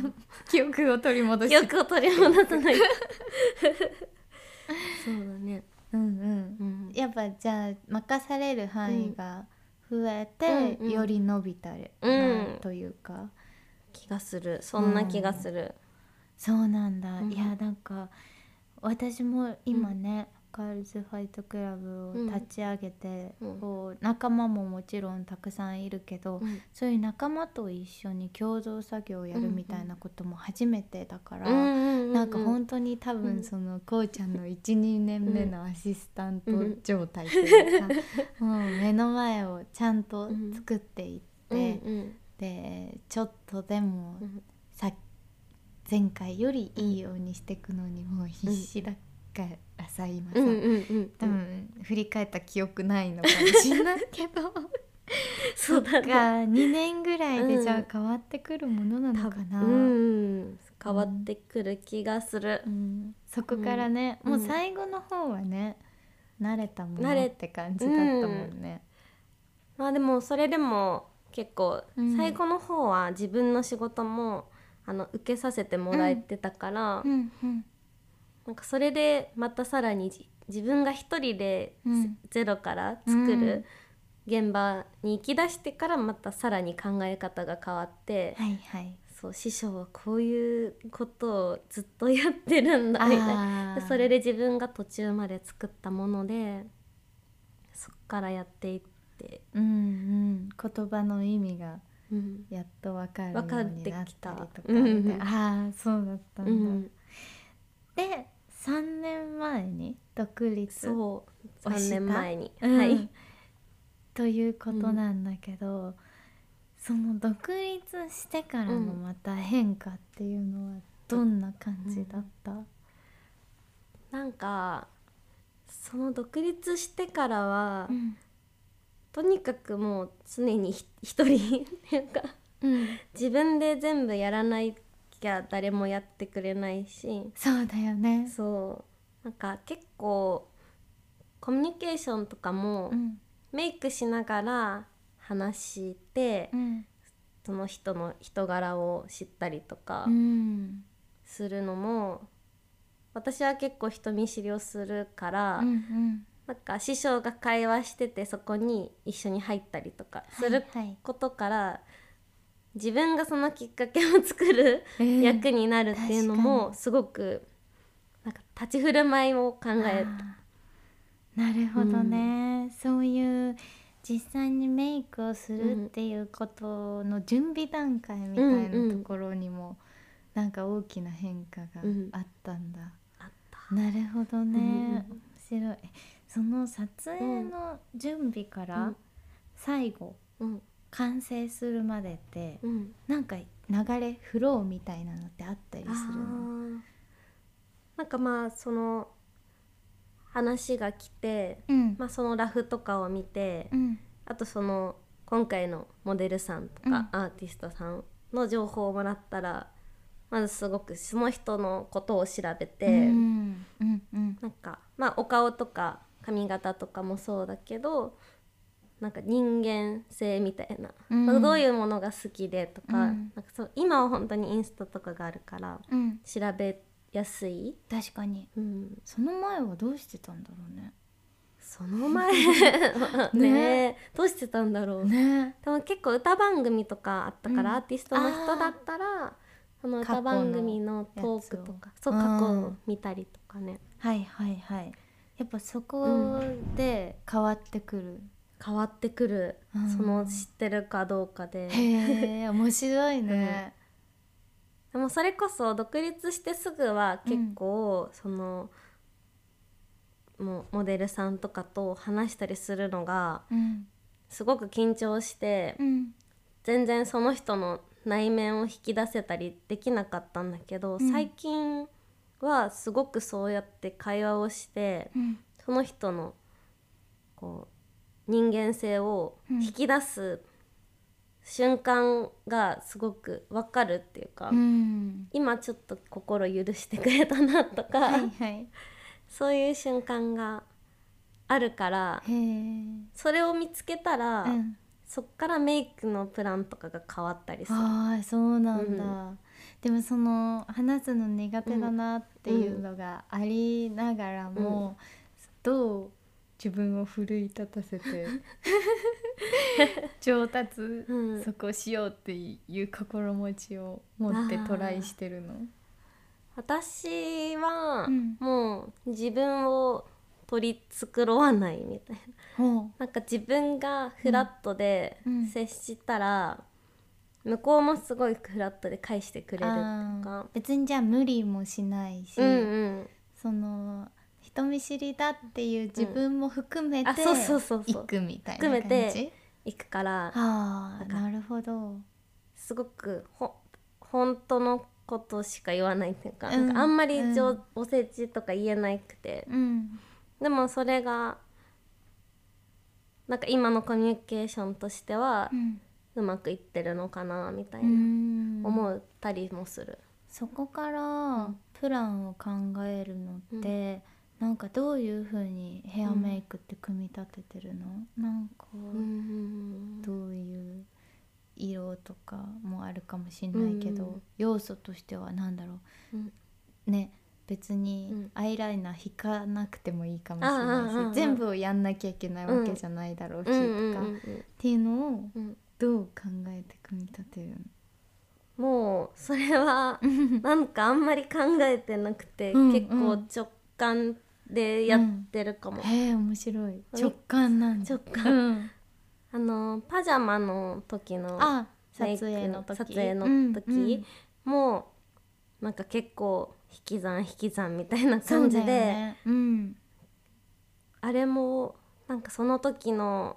Speaker 1: 記憶を取り戻
Speaker 2: 記
Speaker 1: して
Speaker 2: 憶を取り戻さない そうだね、
Speaker 1: うんうん
Speaker 2: うん、
Speaker 1: やっぱじゃあ任される範囲が増えて、
Speaker 2: うんうん
Speaker 1: より伸びたり、
Speaker 2: うん
Speaker 1: というか
Speaker 2: 気がするそんな気がする、
Speaker 1: そうなんだ、
Speaker 2: うん
Speaker 1: いやなんか私も今ね、ガールズファイトクラブを立ち上げて、
Speaker 2: うん
Speaker 1: こう仲間ももちろんたくさんいるけど、
Speaker 2: うん
Speaker 1: そういう仲間と一緒に共同作業をやるみたいなことも初めてだから、なんか
Speaker 2: ほん
Speaker 1: 本当に多
Speaker 2: う
Speaker 1: 分
Speaker 2: ん
Speaker 1: そのこうちゃんの12年目のアシスタント
Speaker 2: うん
Speaker 1: 状態というか、もう目の前をちゃんと作っていって、
Speaker 2: うん
Speaker 1: でちょっとでも
Speaker 2: うん
Speaker 1: さ前回よりいいようにしていくのにもう必死だからさ今さ、
Speaker 2: うんうんうん
Speaker 1: 多分振り返った記憶ないのかもしれないけど
Speaker 2: そう だ
Speaker 1: が
Speaker 2: ね
Speaker 1: 2年ぐらいでじゃ
Speaker 2: う
Speaker 1: あ
Speaker 2: ん
Speaker 1: 変わってくるものなのかな。
Speaker 2: うん変わってくる気がする
Speaker 1: う、んそこからね、
Speaker 2: うん
Speaker 1: もう最後の方はね慣れたも
Speaker 2: 慣
Speaker 1: の
Speaker 2: れ
Speaker 1: って感じだったもんね。
Speaker 2: まあでもそれでも結構
Speaker 1: うん
Speaker 2: 最後の方は自分の仕事もあの受けさせてもらえてたから、
Speaker 3: うんうん
Speaker 2: なんかそれでまたさらにじ自分が一人で
Speaker 1: うん
Speaker 2: ゼゼロから作
Speaker 1: うん
Speaker 2: る現場に行き出してからまたさらに考え方が変わって、
Speaker 1: はいはい。
Speaker 2: そう師匠はこういうことをずっとやってるんだみたいな
Speaker 1: あー
Speaker 2: でそれで自分が途中まで作ったものでそっからやっていって、
Speaker 1: うんうん言葉の意味が
Speaker 2: うん
Speaker 1: やっとわかるようになったりとか
Speaker 2: わかってきたうんうん
Speaker 1: ああそうだったんだ。
Speaker 2: うん
Speaker 1: で3年前に独立
Speaker 2: そう
Speaker 1: 押
Speaker 2: 3
Speaker 1: した
Speaker 2: 年前に、
Speaker 1: うん
Speaker 2: はい、
Speaker 1: ということなんだけど、その独立してからの
Speaker 2: うん
Speaker 1: また変化っていうのはどんな感じだった、
Speaker 2: なんかその独立してからは、
Speaker 3: ん
Speaker 2: とにかくもう常にひ一人 なんか自分で全部やらないきゃ誰もやってくれないし
Speaker 1: そうだよね。
Speaker 2: そうなんか結構コミュニケーションとかも、
Speaker 3: うん
Speaker 2: メイクしながら話して、
Speaker 3: うん
Speaker 2: その人の人柄を知ったりとか
Speaker 3: うん
Speaker 2: するのも、私は結構人見知りをするから、
Speaker 3: うん
Speaker 2: なんか師匠が会話しててそこに一緒に入ったりとかする
Speaker 3: はいはい
Speaker 2: ことから、自分がそのきっかけを作る
Speaker 1: うん
Speaker 2: 役になるっていうの
Speaker 1: 確
Speaker 2: もすごくなんか立ち振る舞いを考え
Speaker 1: あーなるほどね、そういう実際にメイクをするっていうことの準備段階みたい
Speaker 2: うんう
Speaker 1: なんところにもなんか大きな変化が
Speaker 2: うん
Speaker 1: あったんだ、
Speaker 2: あった。
Speaker 1: なるほどね、
Speaker 2: うん
Speaker 1: 面白いえその撮影の準備か
Speaker 2: う
Speaker 1: ら
Speaker 2: ん
Speaker 1: 最後
Speaker 2: うん
Speaker 1: 完成するまでって
Speaker 2: うん
Speaker 1: なんか流れフローみたいなのってあったりするの
Speaker 2: あーなんかまあその話が来て、
Speaker 3: うん
Speaker 2: まあ、そのラフとかを見て、
Speaker 3: うん
Speaker 2: あとその今回のモデルさんとかアーティストさんの情報をもらったら、まずすごくその人のことを調べて、
Speaker 3: うんうんうん
Speaker 2: なんかまあお顔とか髪型とかもそうだけどなんか人間性みたいな、
Speaker 3: うん
Speaker 2: まあどういうものが好きでとか,、
Speaker 3: うん
Speaker 2: なんかそう今は本当にインスタとかがあるから
Speaker 3: うん
Speaker 2: 調べやすい。
Speaker 3: 確かに
Speaker 2: うん、
Speaker 1: その前はどうしてたんだろうね
Speaker 2: そ の前はね
Speaker 1: ね
Speaker 2: どうしてたんだろう
Speaker 1: ね
Speaker 2: でも結構歌番組とかあったから、
Speaker 3: うん
Speaker 2: アーティストの人だったらその歌番組のトークとかそう
Speaker 1: 過去のや
Speaker 2: 過
Speaker 1: つをう
Speaker 2: 去を
Speaker 1: ん
Speaker 2: 見たりとかね
Speaker 1: はいはいはいやっぱそこで変わってくる、
Speaker 2: 変わってくる、
Speaker 1: うん
Speaker 2: その知ってるかどうかで
Speaker 1: へえ面白いね、
Speaker 2: でもそれこそ独立してすぐは結構、そのもうモデルさんとかと話したりするのが
Speaker 4: うん
Speaker 2: すごく緊張して、
Speaker 4: うん
Speaker 2: 全然その人の内面を引き出せたりできなかったんだけど、
Speaker 4: うん
Speaker 2: 最近はすごくそうやって会話をして、
Speaker 4: うん
Speaker 2: その人のこう人間性を引き出す瞬間がすごくわかるっていうか、
Speaker 4: うん
Speaker 2: 今ちょっと心許してくれたなとか、
Speaker 1: はいはい
Speaker 2: そういう瞬間があるから
Speaker 1: へー
Speaker 2: それを見つけたら、
Speaker 1: うん
Speaker 2: そっからメイクのプランとかが変わったりする。
Speaker 1: ああそうなんだ、
Speaker 2: う
Speaker 1: でもその話すの苦手だなっていうのがありながらも、どう自分を奮い立たせ て上達、
Speaker 2: うん
Speaker 1: そこしようっていう心持ちを持ってトライしてるの。
Speaker 2: 私は
Speaker 4: うん
Speaker 2: もう自分を取り繕わないみたいな
Speaker 1: ほ
Speaker 2: なんか自分がフラットで
Speaker 4: うんうん
Speaker 2: 接したら、向こうもすごいフラットで返してくれるっていうか
Speaker 1: 別にじゃあ無理もしないし、
Speaker 2: うんうん
Speaker 1: その人見知りだっていう自分も含めて、
Speaker 2: あそうそうそうそう
Speaker 1: 行くみたいな
Speaker 2: 含
Speaker 1: 感
Speaker 2: め
Speaker 1: じ。
Speaker 2: て行くから
Speaker 1: あ
Speaker 2: な
Speaker 1: あ
Speaker 2: んか
Speaker 1: なるほど。
Speaker 2: すごくほ本当のことしか言わないっていうか,、
Speaker 1: うん
Speaker 2: なんかあんまりじょ、
Speaker 1: う
Speaker 2: おせちとか言えなくて
Speaker 1: うん
Speaker 2: でもそれがなんか今のコミュニケーションとしては
Speaker 4: うん
Speaker 2: うまくいってるのかなみたいうなん思ったりもする。
Speaker 1: そこからプランを考えるのって、なんかどういう風にヘアメイクって組み立ててるの、なんか
Speaker 2: うん
Speaker 1: どういう色とかもあるかもしれないけど、
Speaker 2: うん
Speaker 1: 要素としては何だろ
Speaker 2: うん
Speaker 1: うね別
Speaker 2: う
Speaker 1: に
Speaker 2: ん
Speaker 1: アイライナー引かなくてもいいかもしれないし、
Speaker 2: ああああああ
Speaker 1: 全部をやんなきゃいけないわけじゃないだろうしと
Speaker 2: う
Speaker 1: か、
Speaker 2: んうん
Speaker 1: っていうのを
Speaker 2: うんうん
Speaker 1: どう考えて組み立てるの
Speaker 2: もうそれはなんかあんまり考えてなくて、
Speaker 1: うん
Speaker 2: 結構直感でやってるかも、
Speaker 1: へえ面白い
Speaker 2: み
Speaker 1: 直感なんだ
Speaker 2: 直感
Speaker 1: うん
Speaker 2: あのパジャマの時の
Speaker 1: あ撮
Speaker 2: メイク
Speaker 1: 影の時
Speaker 2: 撮影の時
Speaker 1: うんうん
Speaker 2: もうなんか結構引き算引き算みたいな
Speaker 1: そうだ
Speaker 2: 感じ
Speaker 1: よ
Speaker 2: で、
Speaker 1: ねうん
Speaker 2: あれもなんかその時の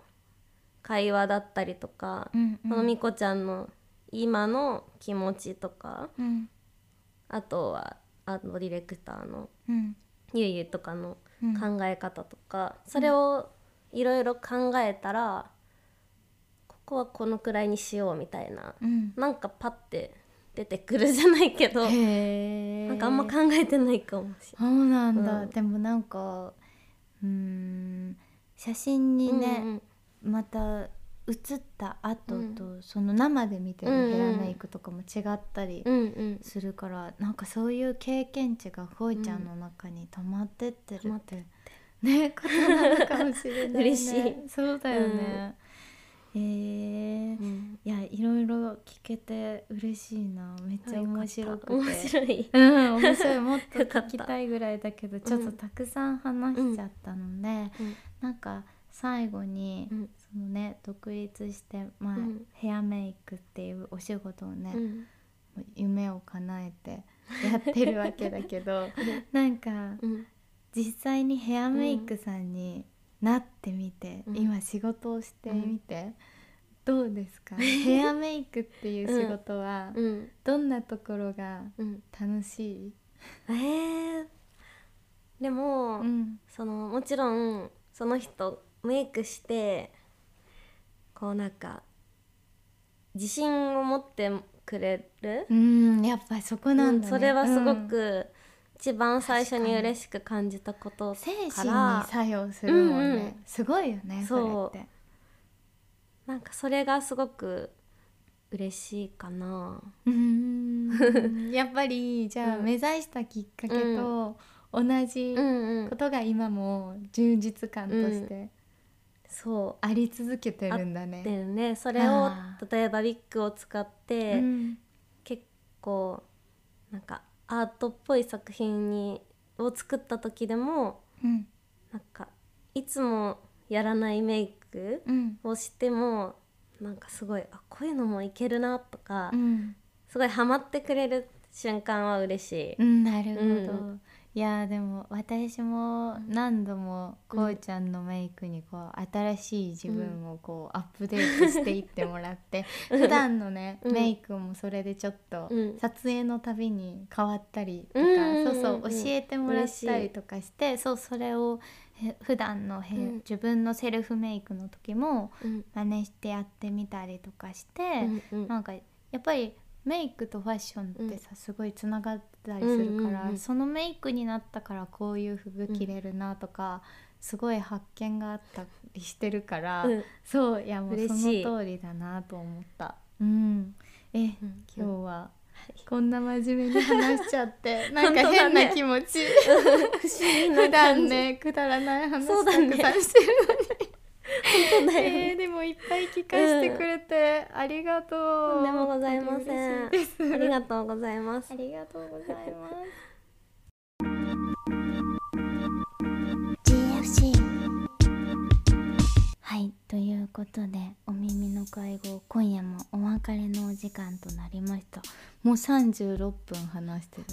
Speaker 2: 会話だったりとか、
Speaker 1: うん
Speaker 2: そのみこちゃんの今の気持ちとか
Speaker 4: うん
Speaker 2: あとはあのディレクターの
Speaker 4: うん
Speaker 2: ゆいゆいとかの
Speaker 4: うん
Speaker 2: 考え方とか、それをいろいろ考えたら、ここはこのくらいにしようみたいな、
Speaker 4: うん
Speaker 2: なんかパッて出てくるじゃないけど、
Speaker 1: へえ
Speaker 2: なんかあんま考えてないかもし
Speaker 1: そうなんだ、
Speaker 2: うん
Speaker 1: でもなんかうーん写真に
Speaker 2: れない。
Speaker 1: ね、
Speaker 2: うんうん
Speaker 1: また写った後と、
Speaker 2: う
Speaker 1: その生で見て
Speaker 2: うんう
Speaker 1: る
Speaker 2: ん
Speaker 1: ヘアメイクとかも違ったり
Speaker 2: うんうん、
Speaker 1: するから、なんかそういう経験値がほいちゃんの中に溜まってってる
Speaker 2: 溜ま
Speaker 1: っ、
Speaker 2: って
Speaker 1: ねことなのかもしれない、ね、
Speaker 2: 嬉しい
Speaker 1: そうだよね、えー
Speaker 2: うん
Speaker 1: いやいろいろ聞けて嬉しいなめっちゃ面白くて
Speaker 2: 面白い。
Speaker 1: うん面白いもっと
Speaker 2: よか
Speaker 1: 聞
Speaker 2: った
Speaker 1: きたいぐらいだけどちょっとたくさん話しちゃったので、なんか最後に、
Speaker 2: うん
Speaker 1: そのね独立して、まあ
Speaker 2: うん
Speaker 1: ヘアメイクっていうお仕事をね、
Speaker 2: うん
Speaker 1: もう夢を叶えて やってるわけだけどなんか
Speaker 2: うん
Speaker 1: 実際にヘアメイクさんになってみて、
Speaker 2: うん
Speaker 1: 今仕事をしてみて、どうです かヘアメイクっていう仕事は
Speaker 2: うん
Speaker 1: どんなところが
Speaker 2: うん
Speaker 1: 楽しい、
Speaker 2: えー、でも、
Speaker 1: うん
Speaker 2: そのもちろんその人メイクしてこうなんか自信を持ってくれる、
Speaker 1: うんやっぱりそこなんだね、
Speaker 2: それはすご
Speaker 1: うん
Speaker 2: く一番最初
Speaker 1: 確か
Speaker 2: に
Speaker 1: に
Speaker 2: 嬉しく感じたこと
Speaker 1: 精
Speaker 2: か
Speaker 1: 神に
Speaker 2: ら
Speaker 1: 作用するもんね、
Speaker 2: うんうん
Speaker 1: すごいよね
Speaker 2: そ
Speaker 1: そ
Speaker 2: う
Speaker 1: れって
Speaker 2: なんかそれがすごく嬉しいかな。
Speaker 1: うーんやっぱりじゃあ
Speaker 2: うん
Speaker 1: 目指したきっかけと同じ
Speaker 2: うんうん
Speaker 1: ことが今も充実感として
Speaker 2: そ
Speaker 1: あり続けてるんだ
Speaker 2: う
Speaker 1: ね。
Speaker 2: でねそれを
Speaker 1: あ
Speaker 2: 例えばウィッグを使って、
Speaker 1: うん
Speaker 2: 結構なんかアートっぽい作品にを作った時でも
Speaker 4: うん
Speaker 2: なんかいつもやらないメイク
Speaker 4: うん
Speaker 2: をしてもなんかすごいあこういうのもいけるなとか、
Speaker 1: うん
Speaker 2: すごいハマってくれる瞬間は嬉しい、
Speaker 1: うん、なるほど、
Speaker 2: う
Speaker 1: いやーでも私も何度も
Speaker 2: うん
Speaker 1: こうちゃんのメイクにこう新しい自分をこうアップデートしていってもらって、 普段のね、
Speaker 2: うん
Speaker 1: メイクもそれでちょっと
Speaker 2: うん
Speaker 1: 撮影のたびに変わったりとか、
Speaker 2: うんうんうんうん
Speaker 1: そうそう教えてもらっ
Speaker 2: 嬉しい
Speaker 1: たりとかしてそうそれをへ普段のへ、
Speaker 2: うん
Speaker 1: 自分のセルフメイクの時も
Speaker 2: うん
Speaker 1: 真似してやってみたりとかして、
Speaker 2: うん
Speaker 1: なんかやっぱりメイクとファッションってさ、すごいつながったりするから、
Speaker 2: うんうんうん
Speaker 1: そのメイクになったからこういう服着れるなとか、すごい発見があったりしてるから、
Speaker 2: うん
Speaker 1: そういやもうそ
Speaker 2: 嬉
Speaker 1: の
Speaker 2: しい
Speaker 1: 通りだなと思った。うん、え、
Speaker 2: ん
Speaker 1: 今 日はこんな真面目に話しちゃって なん
Speaker 2: 本
Speaker 1: か
Speaker 2: 当だ
Speaker 1: 変
Speaker 2: ね
Speaker 1: な気持ち、
Speaker 2: 不思
Speaker 1: 普
Speaker 2: 議な
Speaker 1: 段
Speaker 2: 感じ
Speaker 1: ねくだらない話
Speaker 2: そう
Speaker 1: たく
Speaker 2: だ
Speaker 1: さん
Speaker 2: ね
Speaker 1: して るのに
Speaker 2: 本当だよ
Speaker 1: えー、でもいっぱい聞かせてくれて、ありがとう。
Speaker 2: とんでもございません
Speaker 1: 嬉しいです
Speaker 2: ありがとうございます
Speaker 1: ありがとうございます。
Speaker 5: GFC はいということでお耳の会合今夜もお別れのお時間となりました
Speaker 1: もう三十六分話してる。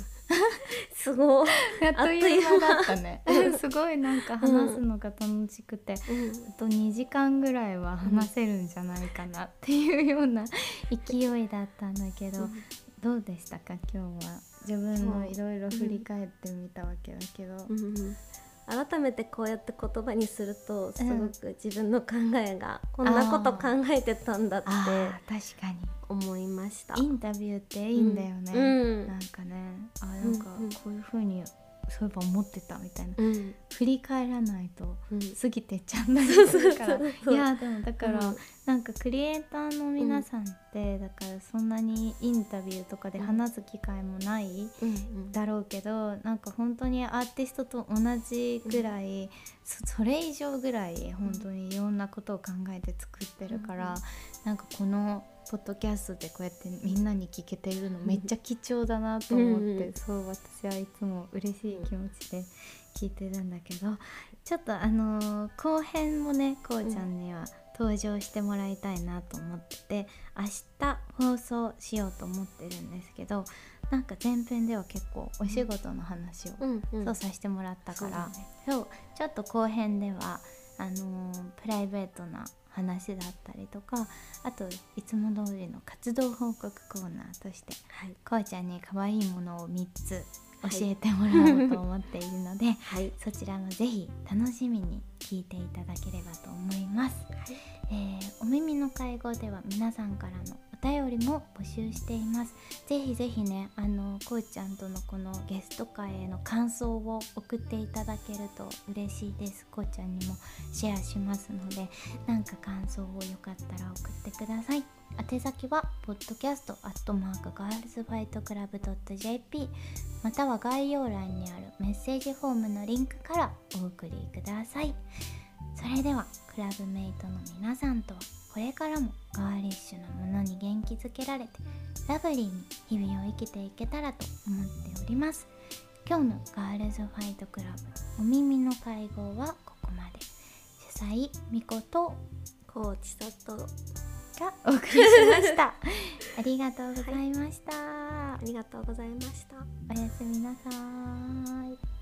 Speaker 2: すごい、
Speaker 1: あっという間だったね。 すごいなんか話すのが楽しくて、あと二時間ぐらいは話せるんじゃないかなっていうような勢いだったんだけど、どうでしたか今日は。自分のいろいろ振り返ってみたわけだけど、
Speaker 2: うんうん改めてこうやって言葉にするとすごく自分の考えが、こんなこと考えてたんだって
Speaker 1: ああ確かに
Speaker 2: 思いました
Speaker 1: インタビューっていいんだよね。
Speaker 2: うん
Speaker 1: なんかねあなんか
Speaker 2: うんうん
Speaker 1: こういう風にそういえば思ってたみたいな、
Speaker 2: うん
Speaker 1: 振り返らないと
Speaker 2: うん
Speaker 1: 過ぎてっちゃうんだりから
Speaker 2: そうそうそう
Speaker 1: いやでもだから、
Speaker 2: うん
Speaker 1: なんかクリエイターの皆さんって、だからそんなにインタビューとかで話す機会もない
Speaker 2: うん
Speaker 1: だろうけどなんか本当にアーティストと同じぐらい、そそれ以上ぐらい本当にいろんなことを考えて作ってるから、
Speaker 2: うん
Speaker 1: なんかこのポッドキャストでこうやってみんなに聞けているのめっちゃ貴重だなと思って、
Speaker 2: うんうん
Speaker 1: そう私はいつも嬉しい気持ちで聞いてるんだけどちょっとあのー後編もねこうちゃんには登場してもらいたいなと思ってて明日放送しようと思ってるんですけどなんか前編では結構お仕事の話を
Speaker 2: うんうん
Speaker 1: そうさせてもらったから、
Speaker 2: そう
Speaker 1: そうちょっと後編ではあのープライベートな話だったりとかあといつも通りの活動報告コーナーとして
Speaker 2: はい
Speaker 1: こうちゃんに可愛いものを3つ教えてもらおうと思っているので、
Speaker 2: はい
Speaker 1: そちらもぜひ楽しみに聞いていただければと思います、えーお耳の会合では皆さんからのお便りも募集していますぜひぜひねあのこうちゃんとのこのゲスト会への感想を送っていただけると嬉しいですこうちゃんにもシェアしますのでなんか感想をよかったら送ってください宛先は podcast.girlsfightclub.jp または概要欄にあるメッセージフォームのリンクからお送りくださいそれではクラブメイトの皆さんとはこれからもガーリッシュなものに元気づけられてラブリーに日々を生きていけたらと思っております今日のガールズファイトクラブお耳の会合はここまで主催みこと
Speaker 2: コーチ佐藤
Speaker 1: がお送りしましたありがとうございました、
Speaker 2: ありがとうございました
Speaker 1: おやすみなさーい